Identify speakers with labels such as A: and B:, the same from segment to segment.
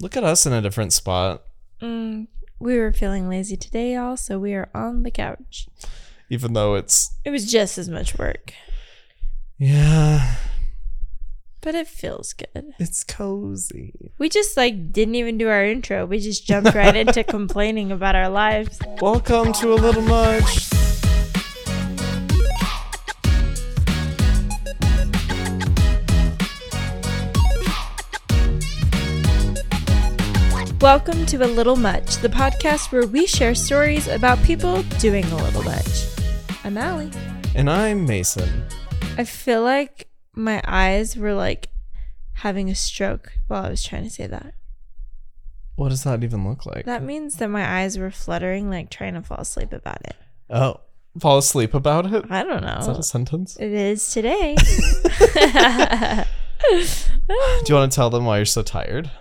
A: Look at us in a different spot.
B: Mm, we were feeling lazy today, y'all, so we are on the couch.
A: Even though it's
B: It was just as much work,
A: yeah,
B: but it feels good.
A: it's cozy.
B: We just like didn't even do our intro. We just jumped right into complaining about our lives.
A: Welcome to a little much.
B: Welcome to A Little Much, the podcast where we share stories about people doing a little much. I'm Allie.
A: And I'm Mason.
B: I feel like my eyes were like having a stroke while I was trying to say that.
A: What does that even look like?
B: That means that my eyes were fluttering, like trying to fall asleep about it.
A: oh, fall asleep about it?
B: I don't
A: Is that
B: know.
A: a sentence?
B: It is today.
A: Do you want to tell them why you're so tired?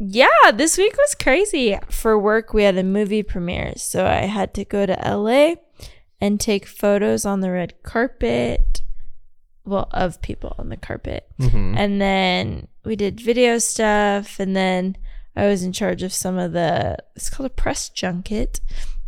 B: yeah, this week was crazy. For work, we had a movie premiere, so I had to go to LA and take photos on the red carpet. Well, of people on the carpet.
A: Mm-hmm.
B: and then we did video stuff and then i was in charge of some of the it's called a press junket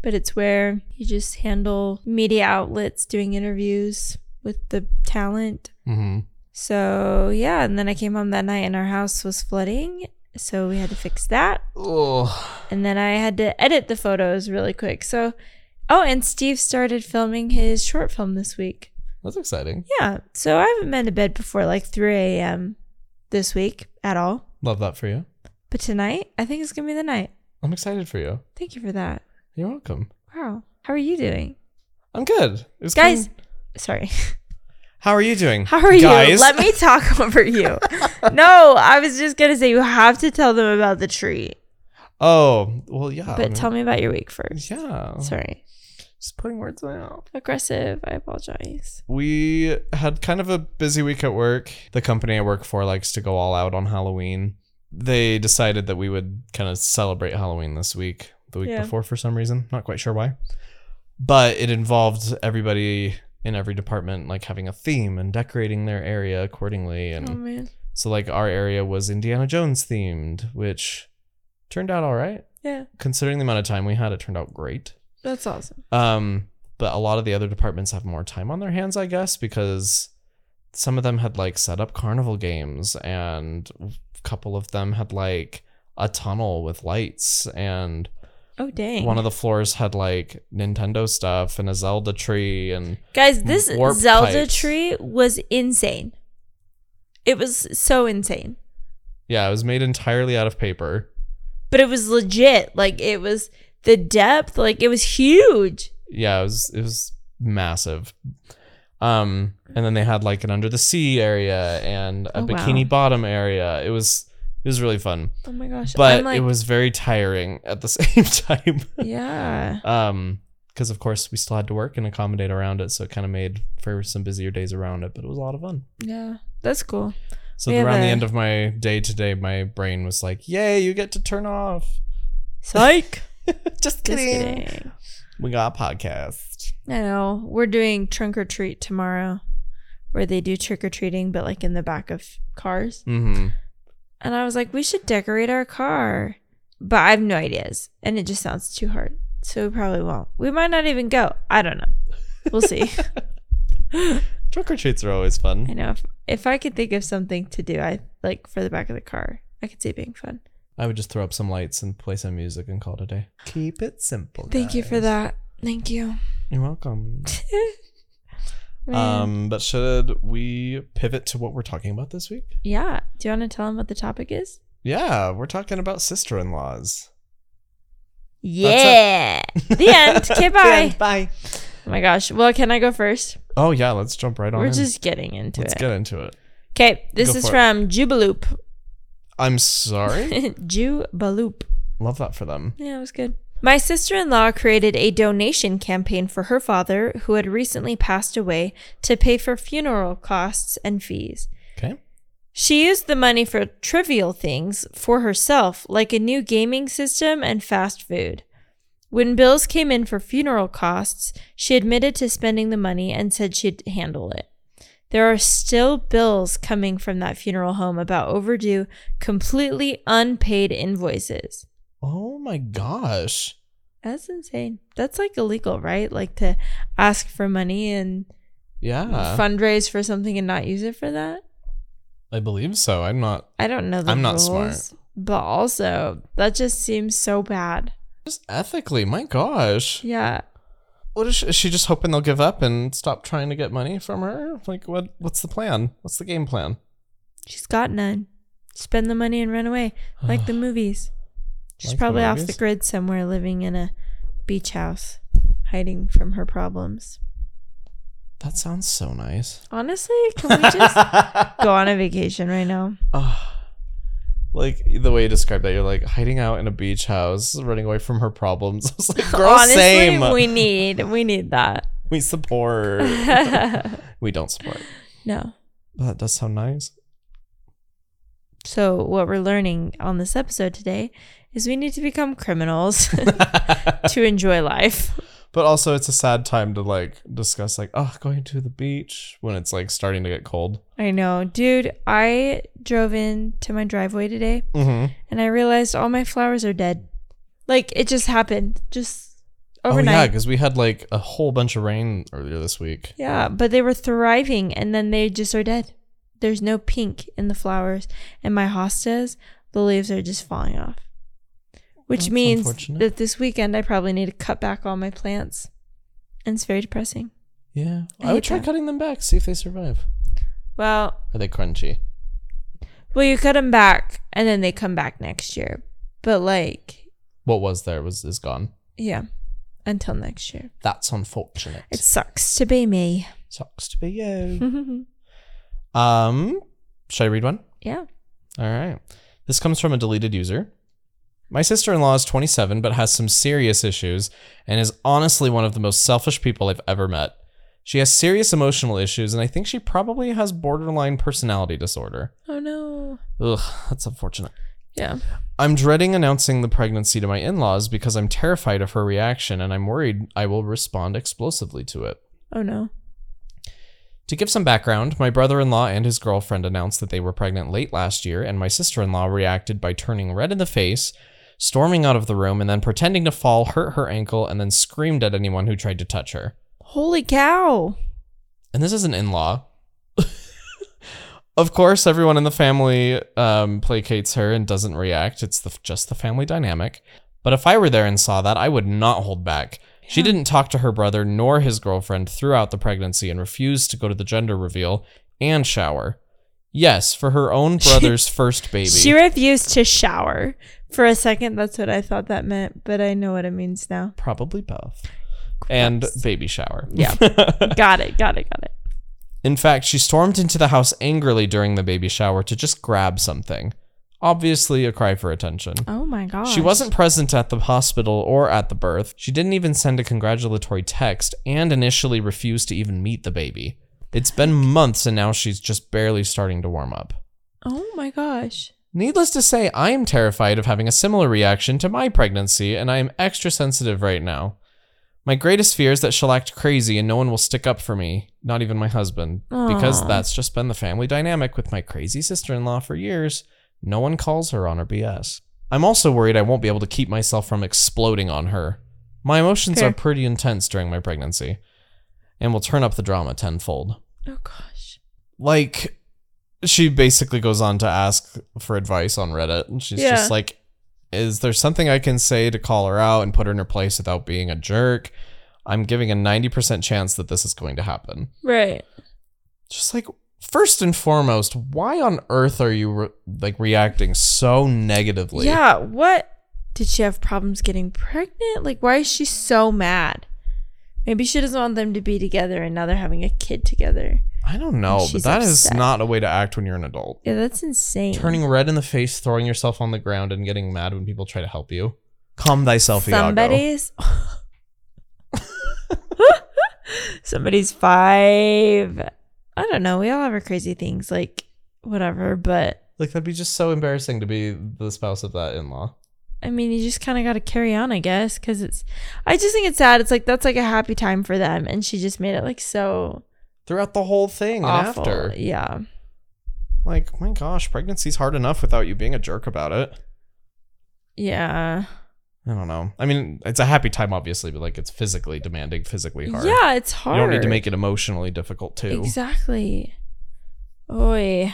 B: but it's where you just handle media outlets doing interviews with the talent
A: Mm-hmm.
B: so yeah and then i came home that night and our house was flooding so we had to fix that
A: Oh,
B: and then i had to edit the photos really quick so oh and steve started filming his short film this week
A: that's exciting.
B: yeah so i haven't been to bed before like 3 a.m this week at all
A: Love that for you.
B: But tonight, I think it's gonna be the night.
A: I'm excited for you.
B: Thank you for that.
A: You're welcome.
B: Wow. How are you doing?
A: I'm good. It was
B: Guys,
A: kind-
B: sorry.
A: how are you doing?
B: How are you?
A: Guys?
B: Let me talk over you. no, I was just gonna say you have to tell them about the tree.
A: Oh, well, yeah. I
B: But tell me about your week
A: mean,
B: first.
A: Yeah.
B: Sorry.
A: Just putting words in my mouth.
B: Aggressive. I apologize.
A: We had kind of a busy week at work. The company I work for likes to go all out on Halloween. They decided that we would kind of celebrate Halloween this week, the week
B: Yeah.
A: before for some reason. Not quite sure why. But it involved everybody in every department like having a theme and decorating their area accordingly and
B: Oh man.
A: so like our area was Indiana Jones themed, which turned out all right.
B: Yeah.
A: Considering the amount of time we had, it turned out great.
B: That's awesome.
A: Um, but a lot of the other departments have more time on their hands, I guess, because some of them had like set up carnival games, and a couple of them had like a tunnel with lights, and
B: Oh dang.
A: one of the floors had like Nintendo stuff and a Zelda tree, and
B: Guys, this
A: warp
B: Zelda
A: pipes.
B: tree was insane. It was so insane.
A: yeah, it was made entirely out of paper.
B: But it was legit. Like it was the depth, like it was huge.
A: yeah, it was it was massive. Um, and then they had like an under the sea area and a
B: Oh, wow.
A: bikini bottom area. It was it was really fun,
B: Oh my gosh.
A: but
B: I'm like,
A: it was very tiring at the same time.
B: yeah.
A: um, because of course we still had to work and accommodate around it, so it kind of made for some busier days around it. But it was a lot of fun.
B: Yeah. That's cool.
A: So
B: We have
A: around the
B: a-
A: end of my day today, my brain was like, "Yay, you get to turn off."
B: Psych.
A: Just
B: Just
A: kidding.
B: kidding.
A: We got a podcast.
B: I know. We're doing trunk or treat tomorrow where they do trick or treating, but like in the back of cars.
A: Mm-hmm.
B: And I was like, we should decorate our car. But I have no ideas. And it just sounds too hard. So we probably won't. We might not even go. I don't know. We'll see.
A: Trick or treats are always fun.
B: I know. If, if I could think of something to do, I like for the back of the car, I could see it being fun.
A: I would just throw up some lights and play some music and call it a day. Keep it simple.
B: Thank you for
A: guys.
B: that. Thank you.
A: You're welcome.
B: Man.
A: um, but should we pivot to what we're talking about this week?
B: yeah. Do you want to tell them what the topic is?
A: Yeah, we're talking about sister-in-laws.
B: Yeah. The end. Okay, bye.
A: Bye.
B: Oh my gosh. Well, can I go first?
A: Oh yeah, let's jump right on.
B: We're
A: in.
B: just getting into
A: let's
B: it.
A: get into it.
B: Okay. This
A: Go
B: is
A: for it.
B: from Jubiloop.
A: I'm sorry.
B: Jubiloop.
A: Love that for them.
B: Yeah, it was good. My sister in law created a donation campaign for her father, who had recently passed away, to pay for funeral costs and fees.
A: Okay.
B: She used the money for trivial things for herself, like a new gaming system and fast food. When bills came in for funeral costs, she admitted to spending the money and said she'd handle it. There are still bills coming from that funeral home about overdue, completely unpaid invoices.
A: Oh my gosh.
B: That's insane. That's like illegal, right? Like to ask for money and
A: Yeah.
B: fundraise for something and not use it for that.
A: I believe so. I'm not
B: I don't know the
A: I'm not
B: rules,
A: smart.
B: but also that just seems so bad.
A: just ethically. My gosh.
B: Yeah,
A: What is she, is she just hoping they'll give up and stop trying to get money from her? Like what what's the plan? What's the game plan?
B: she's got none. Spend the money and run away, like the movies. She's
A: Like the
B: probably off the
A: movies?
B: grid somewhere, living in a beach house, hiding from her problems.
A: That sounds so nice.
B: Honestly, can we just go on a vacation right now?
A: Ah. like the way you described that, you're like hiding out in a beach house, running away from her problems. I was like, girl,
B: Honestly,
A: same. We,
B: we need we need that.
A: support. we don't support.
B: no.
A: That does sound nice.
B: So what we're learning on this episode today is we need to become criminals
A: but
B: to enjoy life.
A: also, it's a sad time to like discuss like, oh, going to the beach when it's like starting to get cold.
B: I know. Dude, I drove in to my driveway today
A: Mm-hmm.
B: and I realized all my flowers are dead. Like it just happened. Just
A: Oh yeah,
B: overnight.
A: because we had like a whole bunch of rain earlier this week.
B: yeah. but they were thriving and then they just are dead. There's no pink in the flowers and my hostas, the leaves are just falling off. Which
A: That's
B: means
A: unfortunate.
B: that this weekend I probably need to cut back all my plants. And it's very depressing.
A: Yeah,
B: I
A: I, would
B: hate
A: try
B: that.
A: cutting them back, see if they survive.
B: Well,
A: Are they crunchy?
B: well you cut them back and then they come back next year. But like,
A: What was there was is gone.
B: yeah, until next year.
A: That's unfortunate.
B: It sucks to be me.
A: Sucks to be you. um, should I read one?
B: yeah.
A: All right. This comes from a deleted user. My sister in law is 27, but has some serious issues and is honestly one of the most selfish people I've ever met. She has serious emotional issues, and I think she probably has borderline personality disorder.
B: Oh no.
A: Ugh, that's unfortunate.
B: Yeah.
A: I'm dreading announcing the pregnancy to my in laws because I'm terrified of her reaction and I'm worried I will respond explosively to it.
B: Oh no.
A: To give some background, my brother in law and his girlfriend announced that they were pregnant late last year, and my sister in law reacted by turning red in the face, storming out of the room, and then pretending to fall, hurt her ankle, and then screamed at anyone who tried to touch her.
B: Holy cow.
A: And this is an in law. of course, everyone in the family um, placates her and doesn't react. It's the, just the family dynamic. But if I were there and saw that, I would not hold back. She
B: Yeah.
A: didn't talk to her brother nor his girlfriend throughout the pregnancy and refused to go to the gender reveal and shower. Yes, for her own
B: She-
A: brother's first baby.
B: She refused to shower. For a second, that's what I thought that meant, but I know what it means now.
A: Probably both. And
B: Gross.
A: baby shower.
B: Yeah. got it. Got it. Got it.
A: In fact, she stormed into the house angrily during the baby shower to just grab something. Obviously, a cry for attention.
B: Oh my god.
A: She wasn't present at the hospital or at the birth. She didn't even send a congratulatory text and initially refused to even meet the baby. It's been months and now she's just barely starting to warm up.
B: Oh my gosh.
A: Needless to say, I am terrified of having a similar reaction to my pregnancy, and I am extra sensitive right now. My greatest fear is that she'll act crazy and no one will stick up for me, not even my husband, because
B: Aw.
A: that's just been the family dynamic with my crazy sister in law for years. No one calls her on her BS. I'm also worried I won't be able to keep myself from exploding on her. My emotions
B: Fair.
A: are pretty intense during my pregnancy and will turn up the drama tenfold
B: Oh gosh.
A: like she basically goes on to ask for advice on Reddit and she's
B: Yeah.
A: just like is there something I can say to call her out and put her in her place without being a jerk? I'm giving a 90% chance that this is going to happen.
B: Right.
A: Just like first and foremost, why on earth are you re- like reacting so negatively?
B: Yeah. What? Did she have problems getting pregnant? Like, why is she so mad? Maybe she doesn't want them to be together and now they're having a kid together.
A: I don't know, but
B: She's
A: that is
B: upset. Mm.
A: not a way to act when you're an adult.
B: Yeah, that's insane.
A: Turning red in the face, throwing yourself on the ground and getting mad when people try to help you. Calm thyself, Iago.
B: somebody's somebody's five i don't know we all have our crazy things like whatever but
A: Like that'd be just so embarrassing to be the spouse of that in-law.
B: i mean you just kind of got to carry on i guess because it's i just think it's sad it's like that's like a happy time for them and she just made it like so
A: throughout the whole thing and
B: awful.
A: after.
B: Yeah.
A: Like, my gosh, pregnancy's hard enough without you being a jerk about it.
B: Yeah.
A: I don't know. I mean, it's a happy time, obviously, but like it's physically demanding, physically hard.
B: Yeah, it's hard.
A: You don't need to make it emotionally difficult too.
B: Exactly. Oi.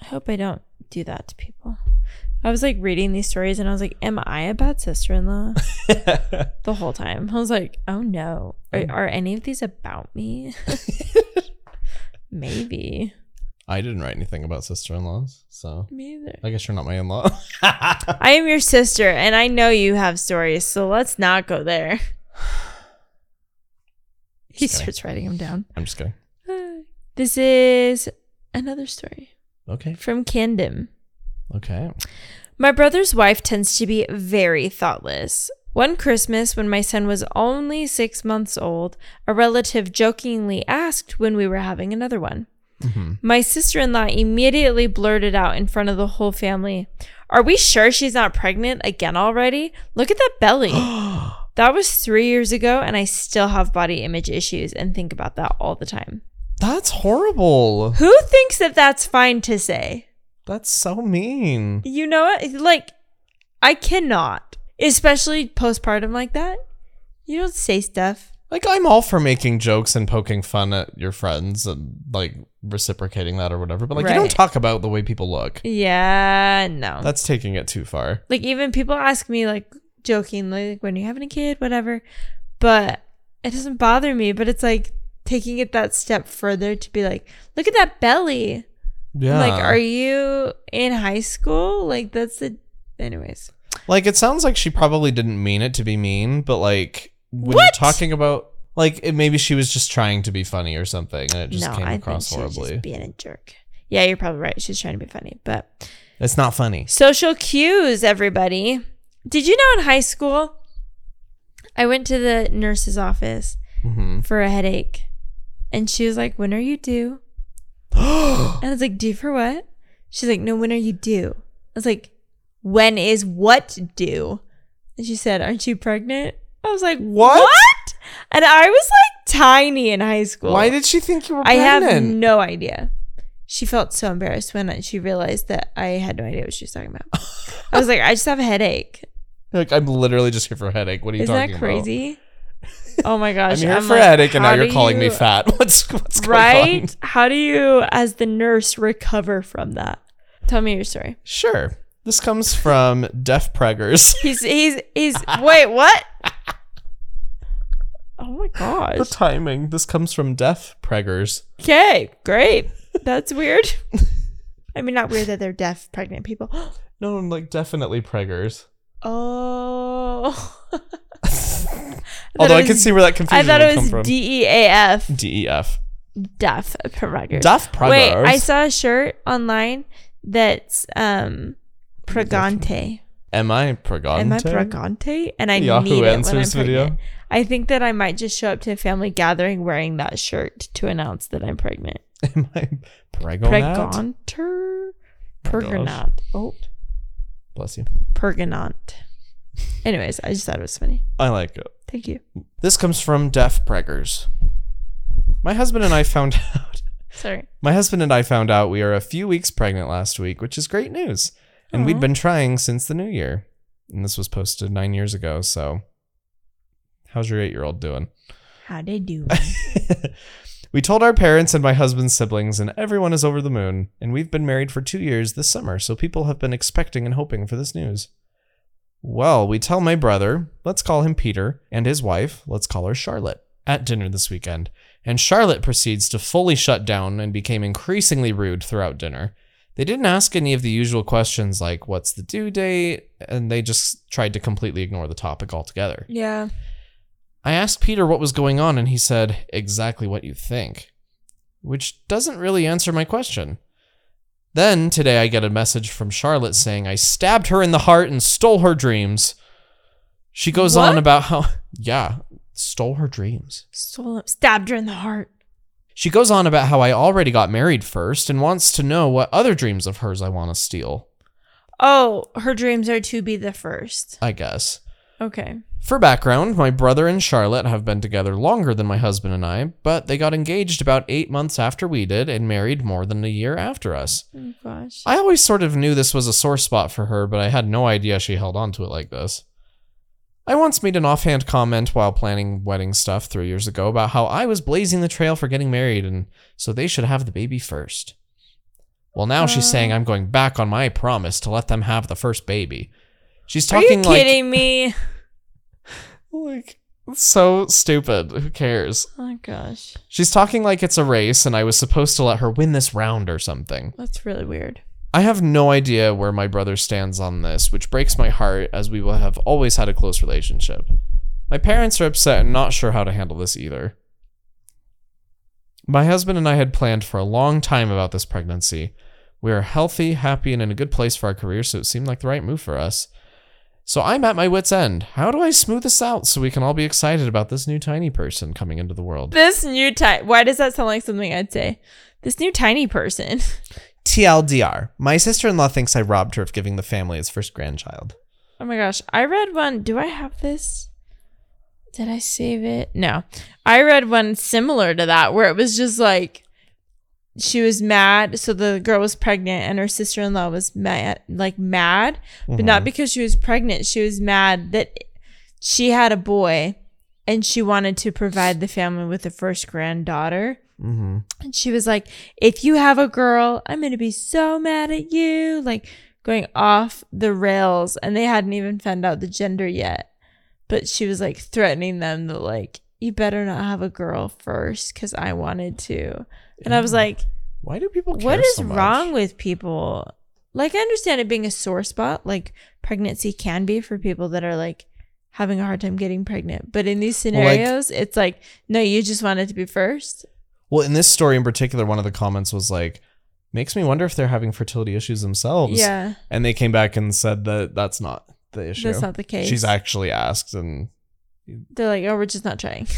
B: I hope I don't do that to people. I was like reading these stories and I was like, Am I a bad sister in law? the whole time. I was like, Oh no. Are,
A: Mm.
B: are any of these about me? Maybe.
A: I didn't write anything about sister-in-laws, so
B: Me either.
A: I guess you're not my in-law.
B: I am your sister and I know you have stories, so let's not go there. he
A: Just kidding.
B: starts writing them down.
A: I'm just kidding.
B: This is another story
A: Okay.
B: from Candom.
A: Okay.
B: My brother's wife tends to be very thoughtless. One Christmas, when my son was only six months old, a relative jokingly asked when we were having another one.
A: Mhm.
B: My sister in law immediately blurted out in front of the whole family, Are we sure she's not pregnant again already? Look at that belly. that was three years ago, and I still have body image issues and think about that all the time.
A: That's horrible.
B: Who thinks that that's fine to say?
A: That's so mean.
B: You know what? Like, I cannot, especially postpartum like that. You don't say stuff.
A: Like I'm all for making jokes and poking fun at your friends and like reciprocating that or whatever, but like you
B: Right.
A: don't talk about the way people look.
B: Yeah, no.
A: That's taking it too far.
B: like, even people ask me, like, jokingly, like, when you're having a kid, whatever. But it doesn't bother me. But it's like taking it that step further to be like, look at that belly.
A: Yeah.
B: Like, are you in high school? Like, that's the. Anyways.
A: Like it sounds like she probably didn't mean it to be mean, but like when
B: What?
A: you're talking about like it, maybe she was just trying to be funny or something and it just
B: no,
A: came
B: I think
A: across
B: she's
A: horribly.
B: just being a jerk. Yeah, you're probably right. She's trying to be funny. But
A: it's not funny.
B: Social cues, everybody. Did you know in high school, I went to the nurse's office
A: hmm
B: for a headache, and she was like, "When are you due?" And I was like, "Due for what?" She's like, "No, when are you due?" I was like, "When is what due?" And she said, "Aren't you pregnant?" I was like,
A: What?
B: "What?" And I was like tiny in high school.
A: Why did she think you were
B: I
A: pregnant?
B: have no idea. She felt so embarrassed when she realized that I had no idea what she was talking about. I was like, I just have a headache.
A: like I'm literally just here for a headache. What are you
B: Isn't
A: talking
B: that crazy? Oh my gosh.
A: about? I'm here for
B: like,
A: a headache and now
B: how
A: you're
B: do
A: calling me
B: you-
A: fat. What's what's going on?
B: Right? How do you, as the nurse, recover from that? Tell me your story.
A: Sure. This comes from Deaf Preggers.
B: He's, he's, he's, wait, what? Oh my
A: the
B: gosh.
A: timing. This comes from Deaf Preggers.
B: Okay, great. That's weird. I mean, not weird that they're deaf, pregnant people.
A: No, like definitely Preggers.
B: Oh. I thought
A: Although
B: it
A: I can
B: was-
A: see where that
B: I
A: confusion
B: thought
A: would
B: it
A: come
B: was
A: from.
B: D E A F.
A: DEF.
B: Duff Preggers.
A: Deaf Preggers.
B: Wait, I saw a shirt online that's um Pregante.
A: Am I Pregante?
B: Am I Pregante? And I
A: Yahoo
B: need it when I'm
A: Answers video?
B: pregnant. I think that I might just show up to a family gathering wearing that shirt to announce that I'm pregnant.
A: Am I Pregonat?
B: Pregonter?
A: gosh.
B: Pergonat. Oh,
A: Bless you.
B: Pergonant. Anyways, I just thought it was funny.
A: I like it.
B: Thank you.
A: This comes from Deaf Preggers. My husband and I found out.
B: Sorry.
A: My husband and I found out we are a few weeks pregnant last week, which is great news. And
B: Aw.
A: we'd been trying since the new year. And this was posted nine years ago, so. How's your eight year old doing?
B: How they do?
A: we told our parents and my husband's siblings, and everyone is over the moon. And we've been married for two years this summer, so people have been expecting and hoping for this news. Well, we tell my brother, let's call him Peter, and his wife, let's call her Charlotte, at dinner this weekend. And Charlotte proceeds to fully shut down and became increasingly rude throughout dinner. They didn't ask any of the usual questions like, what's the due date? And they just tried to completely ignore the topic altogether.
B: Yeah.
A: I asked Peter what was going on, and he said, Exactly what you think. Which doesn't really answer my question. Then today I get a message from Charlotte saying I stabbed her in the heart and stole her dreams. She goes on
B: What?
A: about how, yeah, stole her dreams.
B: Stole him, stabbed her in the heart.
A: She goes on about how I already got married first and wants to know what other dreams of hers I want to steal,
B: Oh, her dreams are to be the first.
A: I guess.
B: Okay.
A: For background, my brother and Charlotte have been together longer than my husband and I, but they got engaged about eight months after we did and married more than a year after us.
B: Oh gosh.
A: I always sort of knew this was a sore spot for her, but I had no idea she held on to it like this. I once made an offhand comment while planning wedding stuff three years ago about how I was blazing the trail for getting married and so they should have the baby first. Well, now she's saying
B: Oh.
A: I'm going back on my promise to let them have the first baby. She's
B: Are
A: talking
B: you
A: like
B: kidding me?
A: like so stupid. Who cares?
B: Oh gosh.
A: She's talking like it's a race and I was supposed to let her win this round or something.
B: That's really weird.
A: I have no idea where my brother stands on this, which breaks my heart as we will have always had a close relationship. My parents are upset and not sure how to handle this either. My husband and I had planned for a long time about this pregnancy. We are healthy, happy, and in a good place for our career, so it seemed like the right move for us. So I'm at my wits' end. How do I smooth this out so we can all be excited about this new tiny person coming into the world?
B: This new tiny. Why does that sound like something I'd say? This new tiny person.
A: TLDR. My sister in law thinks I robbed her of giving the family its first grandchild.
B: Oh my gosh. I read one. Do I have this? Did I save it? No. I read one similar to that where it was just like she was mad. So the girl was pregnant and her sister in law was mad, like mad, but not because she was pregnant. She was mad that she had a boy and she wanted to provide the family with the first granddaughter.
A: Mm-hmm.
B: And she was like, if you have a girl, I'm going to be so mad at you. Like going off the rails. And they hadn't even found out the gender yet. But she was like threatening them that, like, you better not have a girl first because I wanted to. And I was like,
A: Why do people care
B: what is
A: so much?
B: wrong with people? Like, I understand it being a sore spot. Like, pregnancy can be for people that are like, having a hard time getting pregnant but in these
A: Well, like-
B: scenarios it's like no you just wanted to be first
A: Well, in this story in particular, one of the comments was like, makes me wonder if they're having fertility issues themselves.
B: yeah
A: And they came back and said that that's not the issue.
B: that's not the case
A: She's actually asked, and
B: They're like, oh, we're just not trying.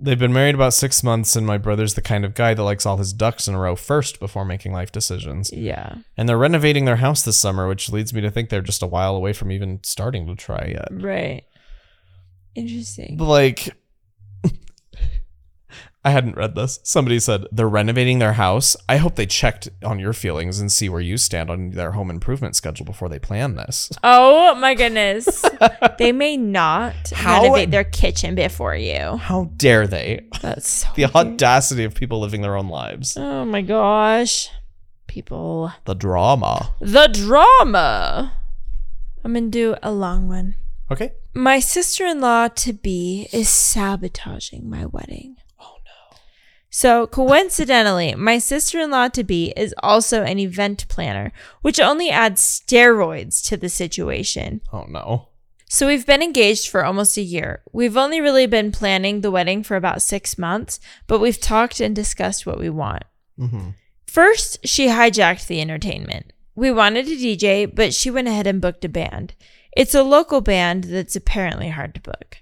A: they've been married about six months, and my brother's the kind of guy that likes all his ducks in a row first before making life decisions.
B: yeah.
A: And they're renovating their house this summer, which leads me to think they're just a while away from even starting to try yet.
B: Right. Interesting.
A: like I hadn't read this. Somebody said they're renovating their house. I hope they checked on your feelings and see where you stand on their home improvement schedule before they plan this.
B: Oh my goodness. they may not
A: How-
B: renovate their kitchen before you.
A: How dare they?
B: That's so
A: The
B: weird.
A: audacity of people living their own lives.
B: Oh my gosh. People.
A: The drama.
B: The drama. I'm gonna do a long one.
A: Okay.
B: My sister in law to be is sabotaging my wedding.
A: Oh no.
B: So, coincidentally, my sister in law to be is also an event planner, which only adds steroids to the situation.
A: Oh no.
B: So, we've been engaged for almost a year. We've only really been planning the wedding for about six months, but we've talked and discussed what we want.
A: Mm-hmm.
B: First, she hijacked the entertainment. We wanted a DJ, but she went ahead and booked a band. It's a local band that's apparently hard to book.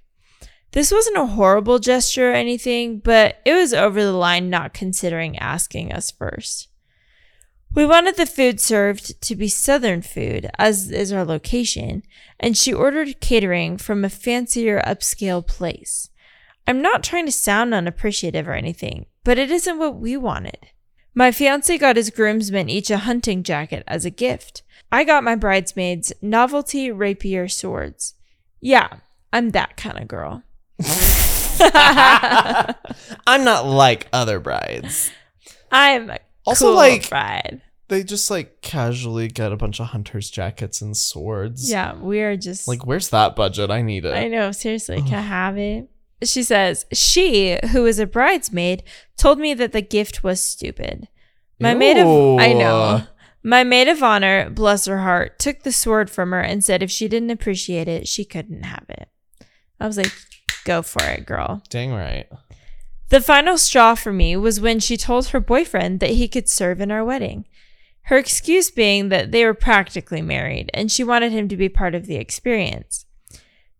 B: This wasn't a horrible gesture or anything, but it was over the line not considering asking us first. We wanted the food served to be Southern food, as is our location, and she ordered catering from a fancier upscale place. I'm not trying to sound unappreciative or anything, but it isn't what we wanted. My fiance got his groomsmen each a hunting jacket as a gift. I got my bridesmaids novelty rapier swords. Yeah, I'm that kind of girl.
A: I'm not like other brides.
B: I'm a
A: Also,
B: cool
A: like-
B: bride.
A: They just like casually get a bunch of hunters' jackets and swords.
B: Yeah, we are just
A: Like, where's that budget? I need it.
B: I know, seriously, can I have it? She says, she, who was a bridesmaid, told me that the gift was stupid. My maid of I know.
A: Ew.
B: My maid of honor, bless her heart, took the sword from her and said if she didn't appreciate it, she couldn't have it. I was like, go for it, girl.
A: Dang right.
B: The final straw for me was when she told her boyfriend that he could serve in our wedding. Her excuse being that they were practically married and she wanted him to be part of the experience.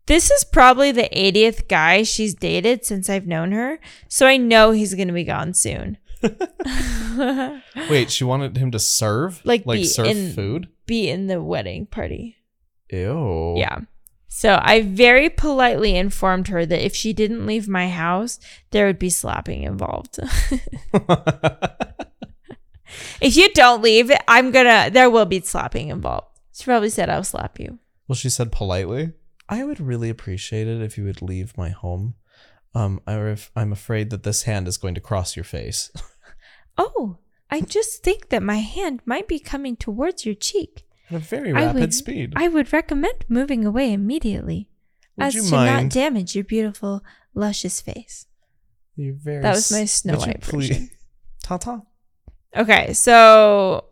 B: This is probably the 80th guy she's dated since I've known her, so I know he's going to be gone soon.
A: Wait, she wanted him to serve?
B: Like,
A: like
B: be
A: serve
B: in-
A: food?
B: be in the wedding party.
A: Ew.
B: Yeah. So I very politely informed her that if she didn't leave my house, there would be slapping involved. if you don't leave, I'm gonna, there will be slapping involved. She probably said, I'll slap you.
A: Well, she said politely, I would really appreciate it if you would leave my home. Um, I ref- I'm afraid that this hand is going to cross your face.
B: Oh, I just think that my hand might be coming towards your cheek.
A: At a very
B: I
A: rapid
B: would-
A: speed.
B: I would recommend moving away immediately
A: would
B: as
A: you
B: to
A: mind?
B: not damage your beautiful, luscious face.
A: You're very
B: That was my
A: s-
B: Snow
A: would you
B: White version.
A: Ta-ta.
B: Okay, so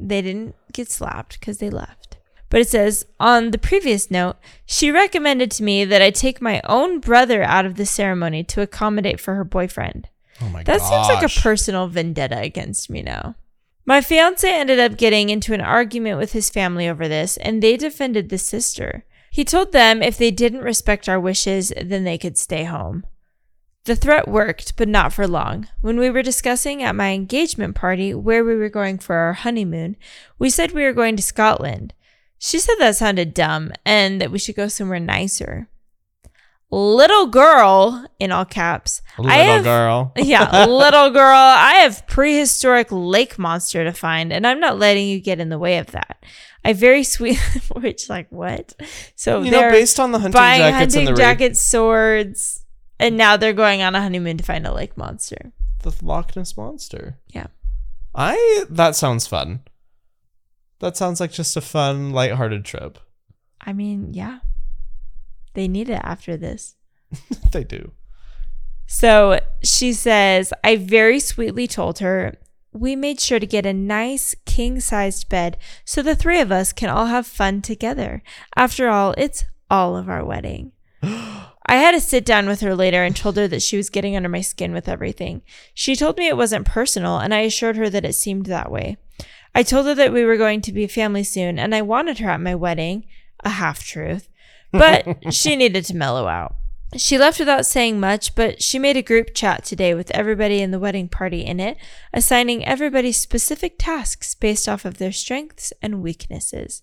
B: they didn't get slapped because they left. But it says on the previous note, she recommended to me that I take my own brother out of the ceremony to accommodate for her boyfriend.
A: Oh my
B: That
A: gosh.
B: seems like a personal vendetta against me now. My fiance ended up getting into an argument with his family over this, and they defended the sister. He told them if they didn't respect our wishes, then they could stay home. The threat worked, but not for long. When we were discussing at my engagement party where we were going for our honeymoon, we said we were going to Scotland. She said that sounded dumb and that we should go somewhere nicer. Little girl, in all caps, I
A: Little
B: have
A: girl.
B: yeah, little girl, I have prehistoric lake monster to find, and I'm not letting you get in the way of that. I very sweet, which like what? So
A: you know,
B: they're
A: based on the hunting
B: Oh, buying
A: jackets
B: hunting
A: and the ra-
B: jackets, swords, and now they're going on a honeymoon to find a lake monster.
A: the Loch Ness monster.
B: Yeah.
A: I that sounds fun. That sounds like just a fun, lighthearted trip.
B: I mean, yeah, they need it after this.
A: they do.
B: So she says, I very sweetly told her, we made sure to get a nice king sized bed so the three of us can all have fun together. After all, it's all of our wedding. I had a sit down with her later and told her that she was getting under my skin with everything. She told me it wasn't personal, and I assured her that it seemed that way. I told her that we were going to be family soon, and I wanted her at my wedding, a half truth, but she needed to mellow out. She left without saying much, but she made a group chat today with everybody in the wedding party in it, assigning everybody specific tasks based off of their strengths and weaknesses.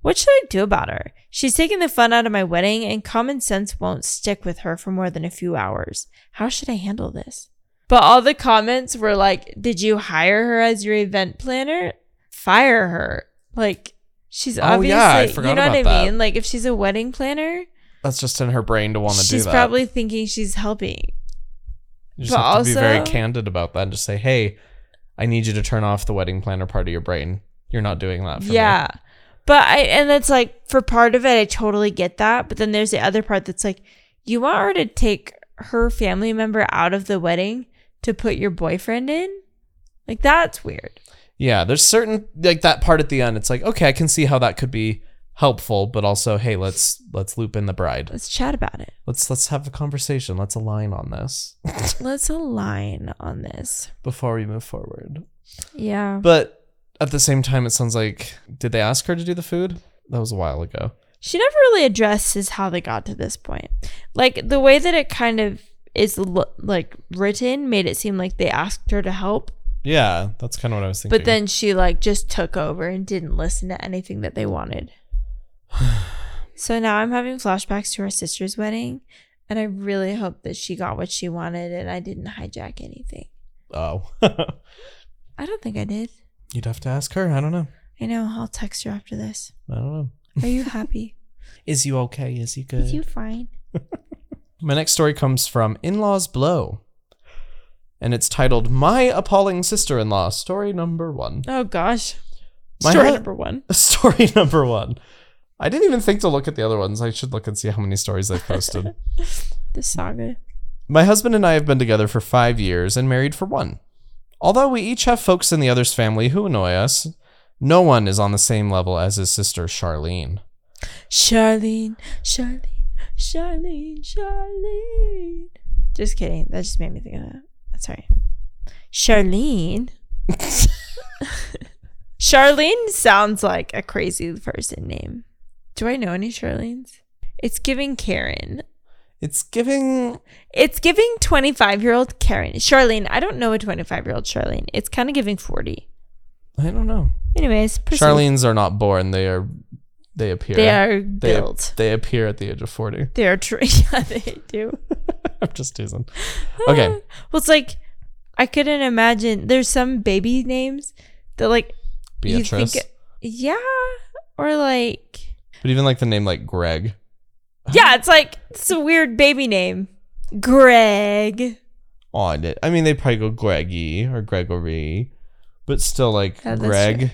B: What should I do about her? She's taking the fun out of my wedding, and common sense won't stick with her for more than a few hours. How should I handle this? But all the comments were like, Did you hire her as your event planner? Fire her. Like, she's
A: Oh,
B: obviously,
A: yeah, I
B: you
A: forgot
B: know what I
A: about that.
B: mean? Like, if she's a wedding planner,
A: That's just in her brain to want to do
B: she's
A: that.
B: probably thinking she's helping.
A: you just
B: but
A: have to be very
B: also-
A: candid about that and just say, "Hey, I need you to turn off the wedding planner part of your brain. You're not doing that for me."
B: Yeah. But I, and that's like, for part of it, I totally get that. But then there's the other part that's like, you want her to take her family member out of the wedding to put your boyfriend in? Like, that's weird.
A: Yeah, there's certain like that part at the end. It's like, okay, I can see how that could be helpful, but also, hey, let's let's loop in the bride.
B: Let's chat about it.
A: Let's let's have a conversation. Let's align on this
B: Let's align on this.
A: before we move forward.
B: Yeah.
A: But at the same time, it sounds like did they ask her to do the food? That was a while ago.
B: She never really addresses how they got to this point. Like, the way that it kind of is lo- like written made it seem like they asked her to help,
A: Yeah, that's kind of what I was thinking.
B: but then she like just took over and didn't listen to anything that they wanted. so now I'm having flashbacks to our sister's wedding, and I really hope that she got what she wanted and I didn't hijack anything.
A: oh,
B: I don't think I did.
A: you'd have to ask her. I don't know.
B: I know. I'll text her after this.
A: I don't know.
B: Are you happy?
A: Is you okay? Is you good?
B: Is you fine?
A: My next story comes from In Laws Blow, and it's titled "My Appalling Sister-in-Law." Story number one.
B: Oh gosh.
A: My
B: Story
A: hu-
B: number one.
A: story number one. I didn't even think to look at the other ones. I should look and see how many stories I've posted.
B: The saga.
A: My husband and I have been together for five years and married for one. Although we each have folks in the other's family who annoy us, no one is on the same level as his sister Charlene.
B: Charlene, Charlene, Charlene, Charlene. Just kidding. That just made me think of that. Sorry. Charlene. Charlene sounds like a crazy person name. Do I know any Charlene's? It's giving Karen.
A: It's giving.
B: It's giving 25 year old Karen. Charlene, I don't know a 25 year old Charlene. It's kind of giving 40.
A: I don't know.
B: Anyways, proceed.
A: Charlene's are not born. They are They appear.
B: They are
A: They-
B: built.
A: They appear at the age of 40.
B: They are trained. yeah, they do.
A: I'm just teasing. Okay.
B: well, it's like I couldn't imagine. There's some baby names that like you
A: Beatrice.
B: think, yeah, or like
A: but even like the name like Greg.
B: yeah, it's like it's a weird baby name, Greg.
A: Oh, I did. I mean, they probably go Greggy or Gregory, but still like
B: Yeah, that's
A: Greg.
B: true.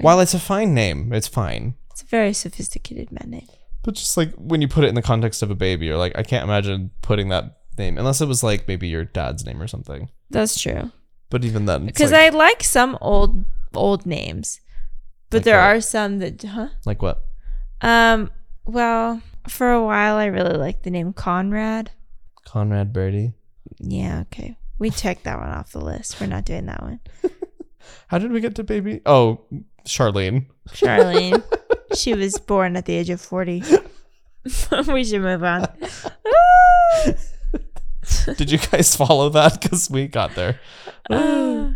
A: While it's a fine name, it's fine.
B: It's a very sophisticated man name.
A: But just like when you put it in the context of a baby, you're like, I can't imagine putting that name unless it was like maybe your dad's name or something.
B: That's true.
A: But even then,
B: Because I like some old old names, but
A: Like
B: there
A: what?
B: are some that huh.
A: like what?
B: Um. Well, for a while, I really liked the name Conrad.
A: Conrad Birdie.
B: Yeah. Okay. We checked that one off the list. We're not doing that one.
A: How did we get to baby? Oh, Charlene.
B: Charlene. she was born at the age of 40. we should move on.
A: Did you guys follow that? Because we got there.
B: Uh,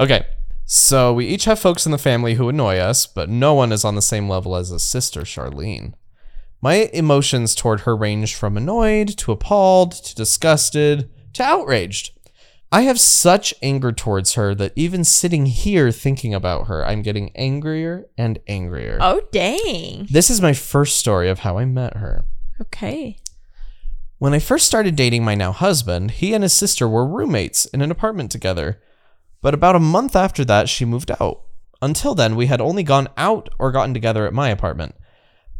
A: Okay. So we each have folks in the family who annoy us, but no one is on the same level as a sister, Charlene. My emotions toward her ranged from annoyed to appalled to disgusted to outraged. I have such anger towards her that even sitting here thinking about her, I'm getting angrier and angrier.
B: oh, dang.
A: This is my first story of how I met her.
B: Okay.
A: When I first started dating my now husband, he and his sister were roommates in an apartment together. But about a month after that, she moved out. Until then, we had only gone out or gotten together at my apartment.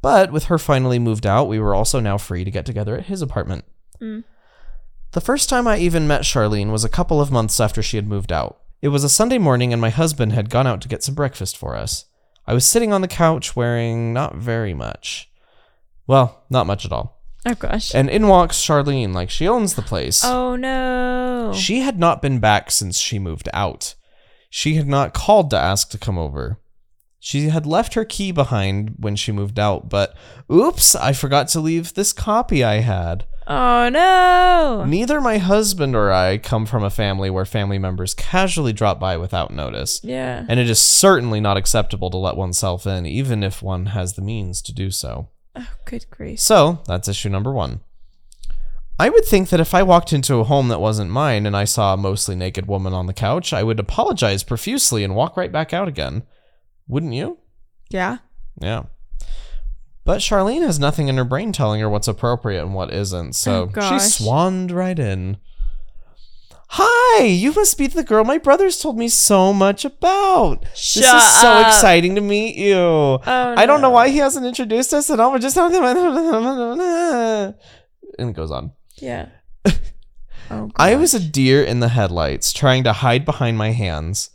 A: But with her finally moved out, we were also now free to get together at his apartment.
B: Mm.
A: The first time I even met Charlene was a couple of months after she had moved out. It was a Sunday morning, and my husband had gone out to get some breakfast for us. I was sitting on the couch wearing not very much. Well, not much at all.
B: Oh, gosh.
A: And in walks Charlene, like she owns the place.
B: oh, no.
A: She had not been back since she moved out. She had not called to ask to come over. She had left her key behind when she moved out, but oops, I forgot to leave this copy I had.
B: oh, no.
A: Neither my husband or I come from a family where family members casually drop by without notice,
B: Yeah.
A: and it is certainly not acceptable to let oneself in, even if one has the means to do so.
B: Oh, good grief.
A: So that's issue number one. I would think that if I walked into a home that wasn't mine and I saw a mostly naked woman on the couch, I would apologize profusely and walk right back out again. Wouldn't you?
B: Yeah.
A: Yeah. But Charlene has nothing in her brain telling her what's appropriate and what isn't, so
B: Oh,
A: she
B: gosh.
A: swanned right in. Hi, you must be the girl my brothers told me so much about.
B: Shut
A: this is so
B: up.
A: exciting to meet you.
B: Oh,
A: I don't know
B: no.
A: why he hasn't introduced us at all. We're just and it goes on.
B: Yeah. Oh, gosh.
A: I was a deer in the headlights, trying to hide behind my hands.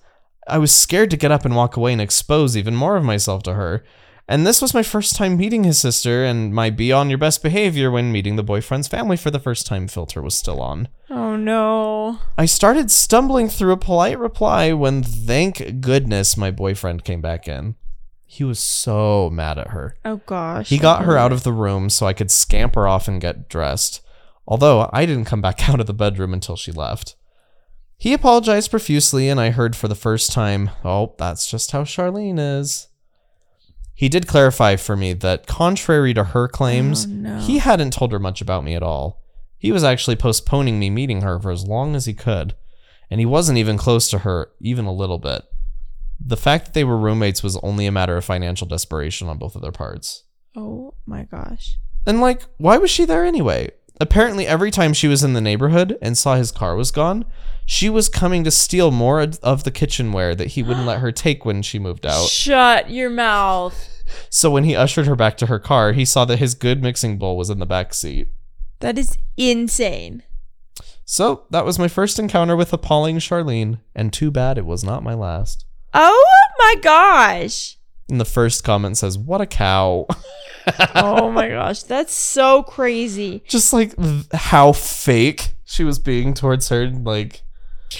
A: I was scared to get up and walk away and expose even more of myself to her. And this was my first time meeting his sister, and my be on your best behavior when meeting the boyfriend's family for the first time filter was still on.
B: Oh, no.
A: I started stumbling through a polite reply when, thank goodness, my boyfriend came back in. He was so mad at her.
B: Oh, gosh.
A: He got her out of the room so I could scamper off and get dressed, although I didn't come back out of the bedroom until she left. He apologized profusely, and I heard for the first time, oh, that's just how Charlene is. He did clarify for me that, contrary to her claims,
B: Oh, no.
A: he hadn't told her much about me at all. He was actually postponing me meeting her for as long as he could, and he wasn't even close to her, even a little bit. The fact that they were roommates was only a matter of financial desperation on both of their parts.
B: Oh, my gosh.
A: And like, why was she there anyway? Apparently, every time she was in the neighborhood and saw his car was gone, she was coming to steal more ad- of the kitchenware that he wouldn't let her take when she moved out.
B: Shut your mouth.
A: So when he ushered her back to her car, he saw that his good mixing bowl was in the back seat.
B: That is insane.
A: So that was my first encounter with appalling Charlene, and too bad it was not my last.
B: Oh my gosh.
A: And the first comment says, "What a cow!"
B: Oh my gosh. That's so crazy.
A: Just like th- how fake she was being towards her. Like,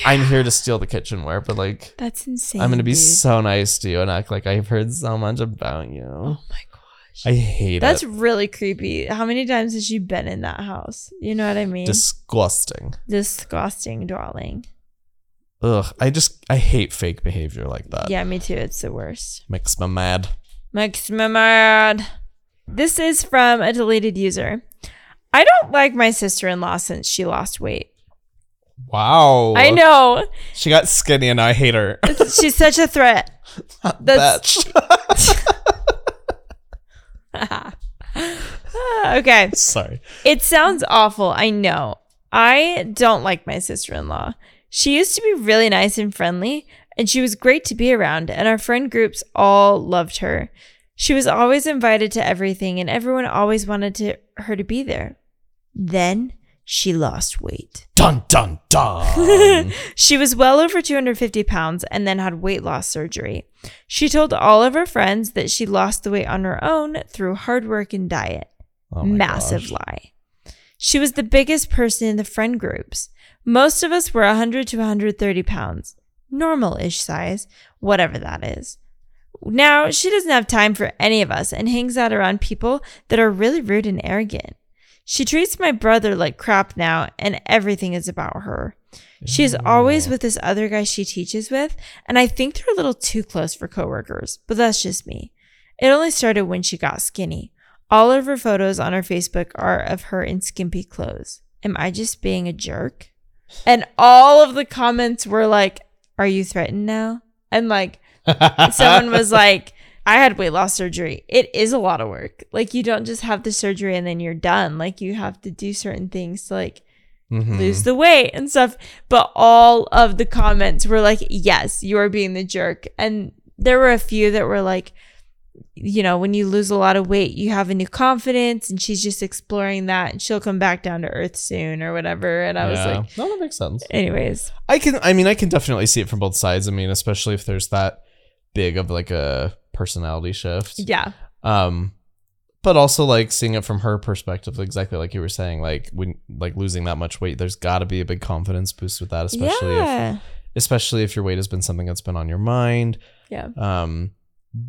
A: I'm here to steal the kitchenware, but like.
B: That's insane.
A: I'm gonna be
B: dude.
A: so nice to you and act like I've heard so much about you.
B: Oh my gosh.
A: I hate
B: That's
A: it.
B: really creepy. How many times has she been in that house? You know what I mean?
A: Disgusting.
B: Disgusting dwelling.
A: Ugh, I just I hate fake behavior like that.
B: yeah, me too. It's the worst.
A: Makes me mad.
B: Makes me mad. This is from a deleted user. I don't like my sister in law since she lost weight.
A: Wow.
B: I know.
A: She got skinny and I hate her.
B: She's such a threat. That's-
A: Bitch.
B: Ah, okay.
A: Sorry.
B: It sounds awful. I know. I don't like my sister in law. She used to be really nice and friendly, and she was great to be around, and our friend groups all loved her. She was always invited to everything, and everyone always wanted to, her to be there. Then she lost weight.
A: Dun dun dun.
B: She was well over 250 pounds and then had weight loss surgery. She told all of her friends that she lost the weight on her own through hard work and diet
A: Oh my
B: massive
A: gosh.
B: lie. She was the biggest person in the friend groups. Most of us were 100 to 130 pounds, normal ish size, whatever that is. Now, she doesn't have time for any of us and hangs out around people that are really rude and arrogant. She treats my brother like crap now, and everything is about her. She is always
A: Ew.
B: with this other guy she teaches with, and I think they're a little too close for coworkers, but that's just me. It only started when she got skinny. All of her photos on her Facebook are of her in skimpy clothes. Am I just being a jerk? And all of the comments were like, Are you threatened now? And like, someone was like, I had weight loss surgery. It is a lot of work. Like, you don't just have the surgery and then you're done. Like, you have to do certain things to like
A: Mhm.
B: lose the weight and stuff. But all of the comments were like, yes, you are being the jerk. And there were a few that were like, you know, when you lose a lot of weight, you have a new confidence, and she's just exploring that, and she'll come back down to earth soon or whatever. And I was
A: Yeah.
B: like,
A: no, that makes sense.
B: anyways,
A: I can. I mean, I can definitely see it from both sides. I mean, especially if there's that big of like a personality shift.
B: yeah,
A: um but also like seeing it from her perspective exactly like you were saying like when like losing that much weight there's got to be a big confidence boost with that especially if
B: yeah,
A: especially if your weight has been something that's been on your mind
B: yeah,
A: um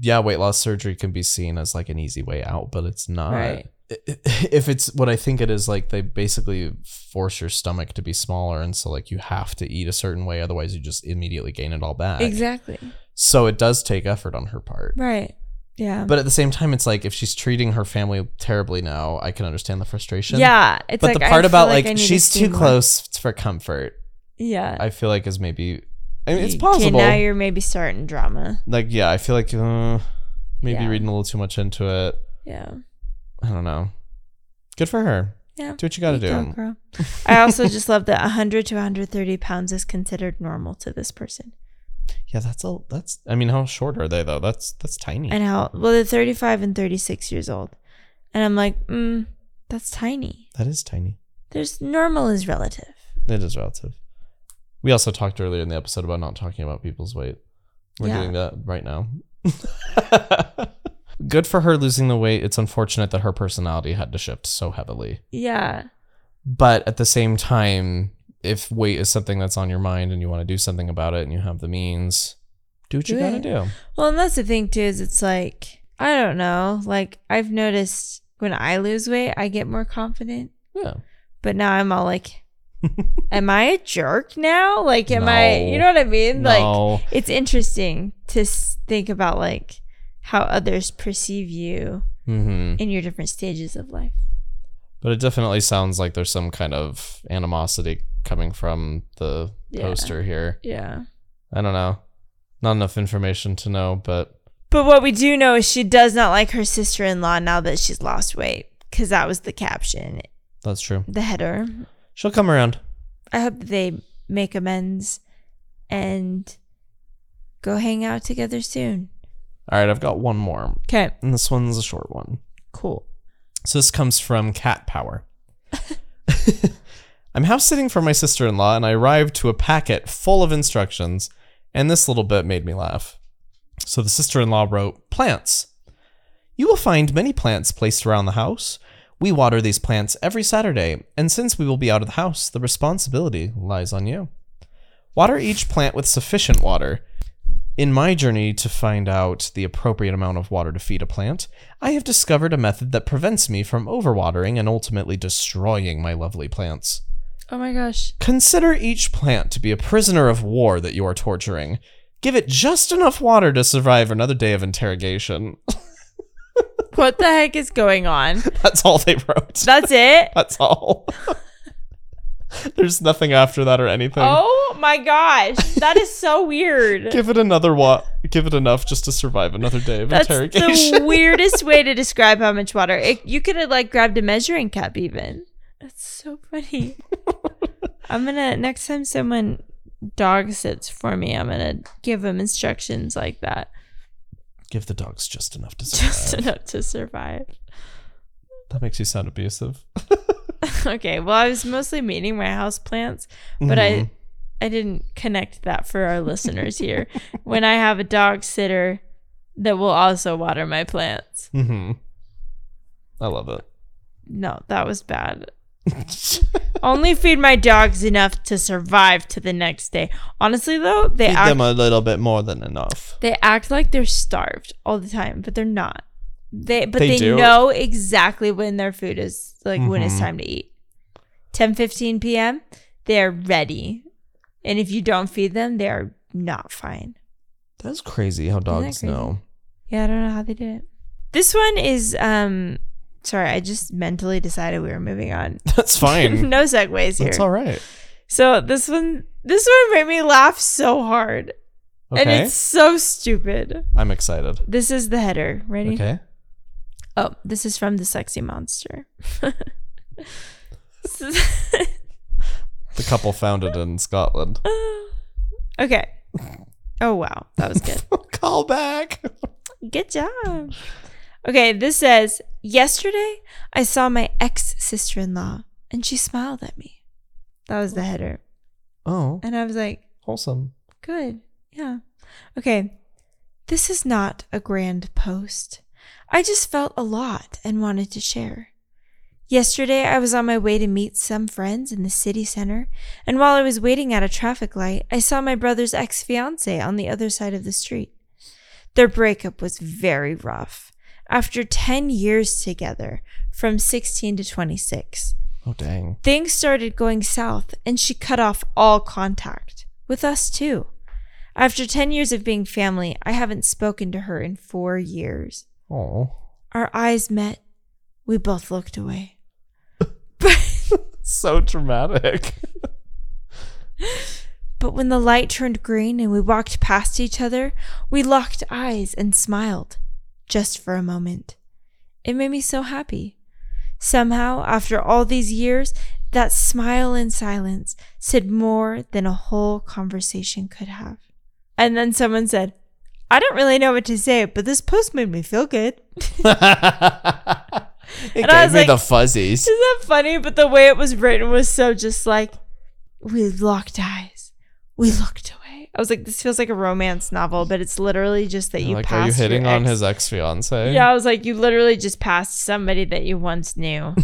A: yeah weight loss surgery can be seen as like an easy way out but it's not
B: Right.
A: I- i- if it's what i think it is like they basically force your stomach to be smaller and so like you have to eat a certain way otherwise you just immediately gain it all back
B: exactly,
A: so it does take effort on her part
B: right, yeah,
A: but at the same time, it's like if she's treating her family terribly now, I can understand the frustration.
B: yeah. It's
A: But
B: like
A: the
B: I
A: part
B: feel
A: about
B: I
A: like,
B: need to
A: she's
B: see
A: too
B: more.
A: close for comfort,
B: yeah,
A: I feel like is maybe. I mean, it's
B: You- 'kay, now
A: possible.
B: you're maybe starting drama,
A: Like, yeah, I feel like uh, maybe
B: Yeah.
A: reading a little too much into it.
B: yeah.
A: I don't know. Good for her.
B: Yeah.
A: Do what you got to
B: You go,
A: do.
B: girl. I also just love that 100 to 130 pounds is considered normal to this person.
A: Yeah, that's all. That's. I mean, how short are they though? That's that's tiny.
B: And how, well, they're 35 and 36 years old. And I'm like, mm, that's tiny.
A: that is tiny.
B: There's normal is relative.
A: It is relative. We also talked earlier in the episode about not talking about people's weight. We're
B: Yeah.
A: doing that right now. Good for her losing the weight. It's unfortunate that her personality had to shift so heavily.
B: Yeah.
A: But at the same time, if weight is something that's on your mind and you want to do something about it and you have the means, do what you
B: Do
A: got to
B: it.
A: do.
B: Well, and that's the thing, too, is it's like, I don't know. Like, I've noticed when I lose weight, I get more confident.
A: Yeah.
B: But now I'm all like, am I a jerk now? Like, am I,
A: No.
B: you know what I mean? Like,
A: no.
B: it's interesting to s- think about like how others perceive you
A: hmm
B: in your different stages of life.
A: But it definitely sounds like there's some kind of animosity coming from the
B: Yeah.
A: poster here.
B: Yeah.
A: I don't know. Not enough information to know, but
B: But what we do know is she does not like her sister in law now that she's lost weight because that was the caption,
A: that's true.
B: the header.
A: She'll come around.
B: I hope that they make amends and go hang out together soon.
A: All right, I've got one more,
B: Okay.
A: and this one's a short one.
B: Cool.
A: So this comes from Cat Power. I'm house sitting for my sister in law, and I arrived to a packet full of instructions, and this little bit made me laugh. So the sister in law wrote Plants. You will find many plants placed around the house. We water these plants every Saturday, and since we will be out of the house, the responsibility lies on you. Water each plant with sufficient water. In my journey to find out the appropriate amount of water to feed a plant, I have discovered a method that prevents me from overwatering and ultimately destroying my lovely plants.
B: Oh my gosh.
A: Consider each plant to be a prisoner of war that you are torturing. Give it just enough water to survive another day of interrogation.
B: What the heck is going on?
A: That's all they wrote.
B: That's it?
A: That's all. There's nothing after that or anything.
B: Oh my gosh. That is so weird.
A: Give it another wa- give it enough just to survive another day of
B: That's
A: interrogation.
B: the weirdest way to describe how much water. It, you could have like grabbed a measuring cup even. That's so funny. I'm gonna next time someone dog sits for me, I'm gonna give them instructions like that,
A: Give the dogs just enough to survive.
B: just enough to survive.
A: That makes you sound abusive.
B: okay, well, I was mostly meaning my house plants, but I I didn't connect that for our listeners here. when I have a dog sitter that will also water my plants.
A: I mm-hmm. I love it.
B: No, that was bad. Only feed my dogs enough to survive to the next day. Honestly, though, they
A: Feed
B: act
A: them a little bit more than enough.
B: they act like they're starved all the time, but they're not. They but
A: They
B: they,
A: do.
B: know exactly when their food is like when it's
A: Mhm.
B: time to eat. 10 15 p.m. They're ready, and if you don't feed them, they are not fine.
A: That's crazy how dogs
B: crazy?
A: know.
B: Yeah, I don't know how they did it. This one is um, sorry, I just mentally decided we were moving on.
A: That's fine.
B: no segues here.
A: That's all right.
B: So this one, this one made me laugh so hard,
A: Okay.
B: and it's so stupid.
A: I'm excited.
B: This is the header. Ready?
A: Okay.
B: Oh, this is from the sexy monster.
A: The couple founded in Scotland.
B: Uh. okay. Oh wow, that was good.
A: Call back.
B: Good job. Okay, this says yesterday I saw my ex sister in law and she smiled at me. That was the header,
A: Oh,
B: and I was like,
A: wholesome.
B: Good. Yeah. Okay. This is not a grand post. I just felt a lot and wanted to share. Yesterday, I was on my way to meet some friends in the city center, and while I was waiting at a traffic light, I saw my brother's ex fiancee on the other side of the street. Their breakup was very rough. After 10 years together, from 16 to 26,
A: Oh, dang.
B: Things started going south, and she cut off all contact with us too. After 10 years of being family, I haven't spoken to her in four years.
A: Oh.
B: Our eyes met. We both looked away.
A: So dramatic.
B: But when the light turned green and we walked past each other, we locked eyes and smiled, just for a moment. It made me so happy. Somehow, after all these years, that smile in silence said more than a whole conversation could have. And then someone said, I don't really know what to say, but this post made me feel good.
A: it gave
B: I was
A: me
B: like-
A: the fuzzies.
B: Isn't that funny? But the way it was written was so just like we locked eyes. We looked away. I was like, this feels like a romance novel, but it's literally just that you
A: like, are you
B: passed. your
A: hitting on
B: ex-
A: his ex fiance?
B: Yeah, I was like, you literally just passed somebody that you once knew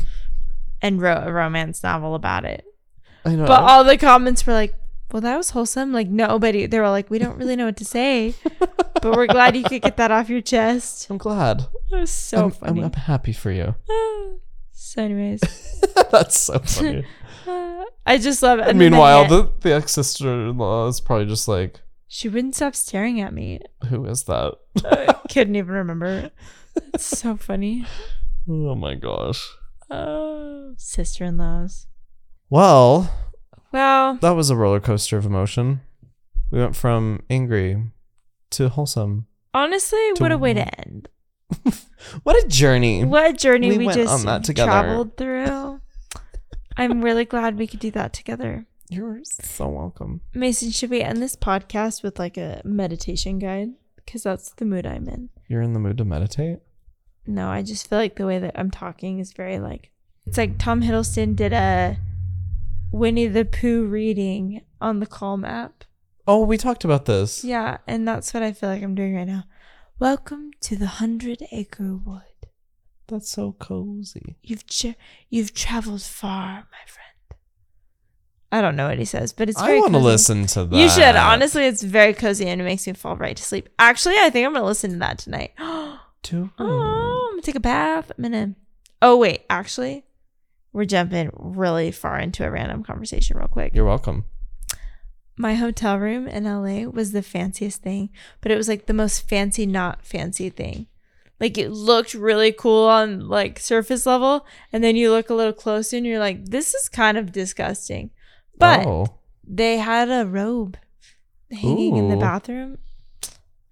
B: and wrote a romance novel about it.
A: I know.
B: But all the comments were like, well, that was wholesome. Like nobody they were like, we don't really know what to say. but we're glad you could get that off your chest.
A: I'm glad.
B: It was so
A: I'm, I'm,
B: funny.
A: I'm happy for you.
B: so anyways.
A: That's so funny.
B: Uh, I just love it.
A: and
B: And then
A: meanwhile,
B: the-
A: the, the ex sister in law is probably just like,
B: she wouldn't stop staring at me.
A: who is that?
B: I couldn't even remember. It's so funny.
A: Oh my gosh.
B: Oh, sister-in-laws.
A: Well,
B: Well,
A: that was a roller coaster of emotion. We went from angry to wholesome.
B: honestly, what a way to end.
A: What a journey.
B: What a journey
A: We
B: we,
A: went
B: just
A: on that together.
B: traveled through. I'm really glad we could do that together.
A: You're so welcome.
B: Mason, should we end this podcast with like a meditation guide? Because that's the mood I'm in.
A: You're in the mood to meditate?
B: No, I just feel like the way that I'm talking is very like it's like Tom Hiddleston did a Winnie the Pooh reading on the Calm app.
A: Oh, we talked about this.
B: Yeah, and that's what I feel like I'm doing right now. Welcome to the Hundred Acre Wood.
A: That's so cozy.
B: You've ch- you've traveled far, my friend. I don't know what he says, but it's
A: I
B: very.
A: want to
B: cozy.
A: listen to that.
B: You should honestly. It's very cozy and it makes me fall right to sleep. Actually, I think I'm gonna listen to that tonight.
A: Do Hmm.
B: Oh, I'm gonna take a bath. I'm gonna. Oh wait, actually, We're jumping really far into a random conversation, real quick.
A: You're welcome.
B: My hotel room in LA was the fanciest thing, but it was like the most fancy, not fancy thing. Like it looked really cool on like surface level, and then you look a little closer and you're like, this is kind of disgusting. But
A: oh,
B: they had a robe hanging in the
A: Ooh.
B: bathroom.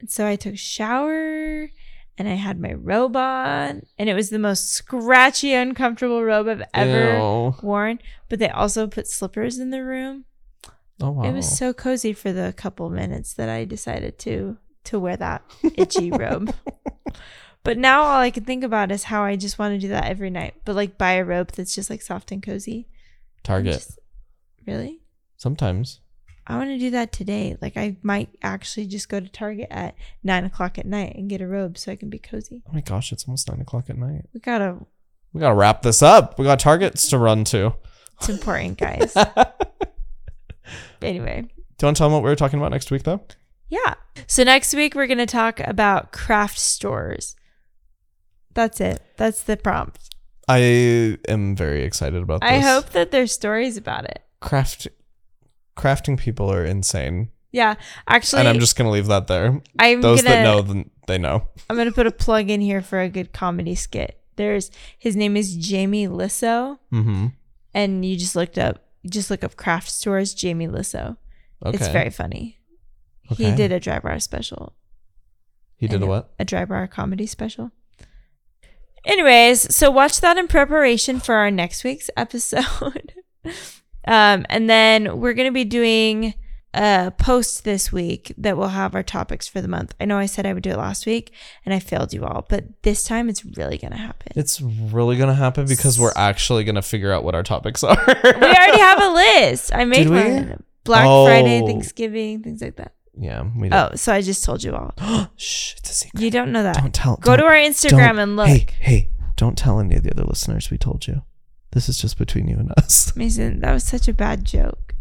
B: And so I took a shower and I had my robe on, and it was the most scratchy, uncomfortable robe I've ever
A: Ew.
B: worn. But they also put slippers in the room.
A: Oh wow.
B: It was so cozy for the couple minutes that I decided to to wear that itchy robe. But now all I can think about is how I just want to do that every night. But like buy a robe that's just like soft and cozy. and
A: Target.
B: just- really?
A: Sometimes.
B: I want to do that today. Like I might actually just go to Target at nine o'clock at night and get a robe so I can be cozy.
A: Oh my gosh, it's almost nine o'clock at night.
B: We gotta.
A: We gotta wrap this up. We got targets to run to.
B: It's important, guys.
A: Do you
B: anyway.
A: want to tell them what we were talking about next week, though?
B: Yeah. So next week we're going to talk about craft stores. That's it. That's the prompt.
A: I am very excited about this.
B: I hope that there's stories about it.
A: craft crafting people are insane,
B: Yeah. Actually,
A: and I'm just gonna leave that there.
B: I'm
A: Those
B: gonna
A: that know, then they know.
B: I'm gonna put a plug in here for a good comedy skit. There's his name is Jamie Lissow,
A: Mm-hmm.
B: and you just looked up just look up craft stores Jamie Lissow.
A: Okay.
B: It's very funny. He
A: Okay.
B: did a dry bar special,
A: he did
B: I
A: a
B: know.
A: what?
B: a dry bar comedy special. Anyways, so watch that in preparation for our next week's episode. um, and then we're going to be doing a post this week that will have our topics for the month. I know I said I would do it last week and I failed you all, but this time it's really going to happen.
A: It's really gonna happen because we're actually gonna figure out what our topics are.
B: we already have a list. I made
A: Did we?
B: one. Black Friday,
A: Oh.
B: Thanksgiving, things like that.
A: yeah, we did.
B: Oh, so I just told you all.
A: Shh, it's a secret.
B: You don't know that.
A: Don't tell.
B: Go to
A: don't-
B: our
A: don't-
B: Instagram and look.
A: Hey, hey, don't tell any of the other listeners. We told you. This is just between you and us.
B: Mason, that was such a bad joke.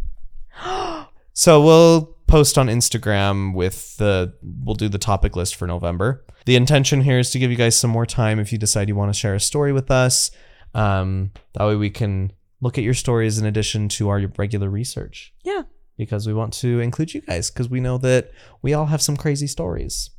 A: So we'll post on Instagram with the we'll do the topic list for November. The intention here is to give you guys some more time if you decide you want to share a story with us. Um, that way we can look at your stories in addition to our regular research
B: Yeah.
A: because we want to include you guys because we know that we all have some crazy stories.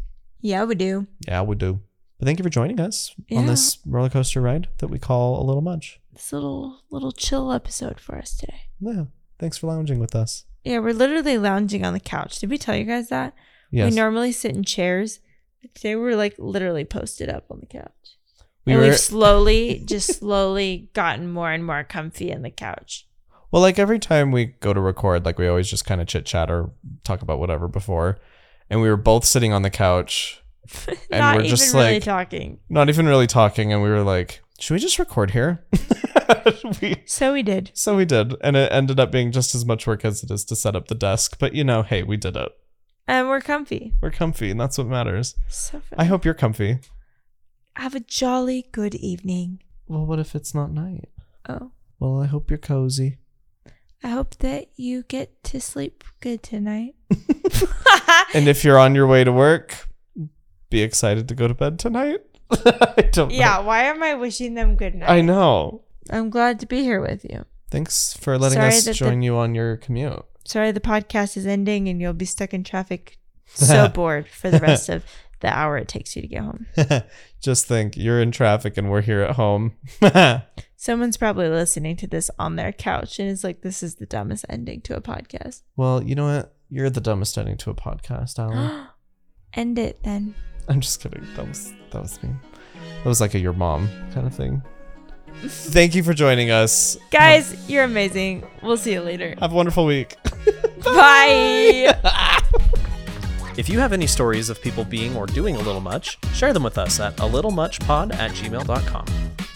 B: Yeah, we do.
A: Yeah, we do. But thank you for joining us on
B: Yeah.
A: this roller coaster ride that we call a little munch.
B: This little little chill episode for us today.
A: Yeah. Thanks for lounging with us.
B: Yeah, we're literally lounging on the couch. Did we tell you guys that?
A: Yes.
B: We normally sit in chairs. Today we're like literally posted up on the couch.
A: We
B: and
A: were
B: we've slowly, just slowly gotten more and more comfy in the couch.
A: Well, like every time we go to record, like we always just kind of chit chat or talk about whatever before. And we were both sitting on the couch, And
B: Not
A: we're
B: even
A: just,
B: really
A: like-
B: talking.
A: not even really talking. And we were like, should we just record here? we,
B: So we did.
A: so we did. And it ended up being just as much work as it is to set up the desk. But you know, hey, we did it.
B: And we're comfy.
A: We're comfy, and that's what matters.
B: So fun.
A: I hope you're comfy.
B: have a jolly good evening.
A: Well, what if it's not night?
B: Oh.
A: Well, I hope you're cozy.
B: I hope that you get to sleep good tonight.
A: And if you're on your way to work, be excited to go to bed tonight. I don't know.
B: yeah, why am I wishing them good night?
A: I know.
B: I'm glad to be here with you.
A: Thanks for letting
B: Sorry
A: us
B: that the-
A: join you on your commute.
B: Sorry, the podcast is ending and you'll be stuck in traffic so bored for the rest of the hour it takes you to get home.
A: Just think, you're in traffic and we're here at home. That's
B: Someone's probably listening to this on their couch and is like, this is the dumbest ending to a podcast.
A: well, you know what? You're the dumbest ending to a podcast, Alan.
B: End it then.
A: I'm just kidding. That was that was me. That was like a your mom kind of thing. Thank you for joining us.
B: Guys, you're amazing. We'll see you later.
A: Have a wonderful week.
B: Bye.
C: If you have any stories of people being or doing a little much, share them with us at a little much pod at gmail.com.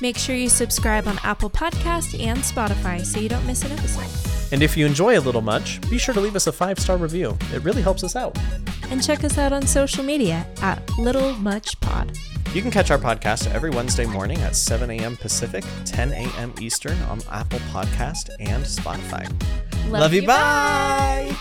B: Make sure you subscribe on Apple Podcast and Spotify so you don't miss an episode.
C: And if you enjoy a little much, be sure to leave us a five star review. It really helps us out.
B: And check us out on social media at Little Much Pod.
C: You can catch our podcast every Wednesday morning at 7 a.m. Pacific, 10 a.m. Eastern on Apple Podcast and Spotify.
A: Love you. Bye.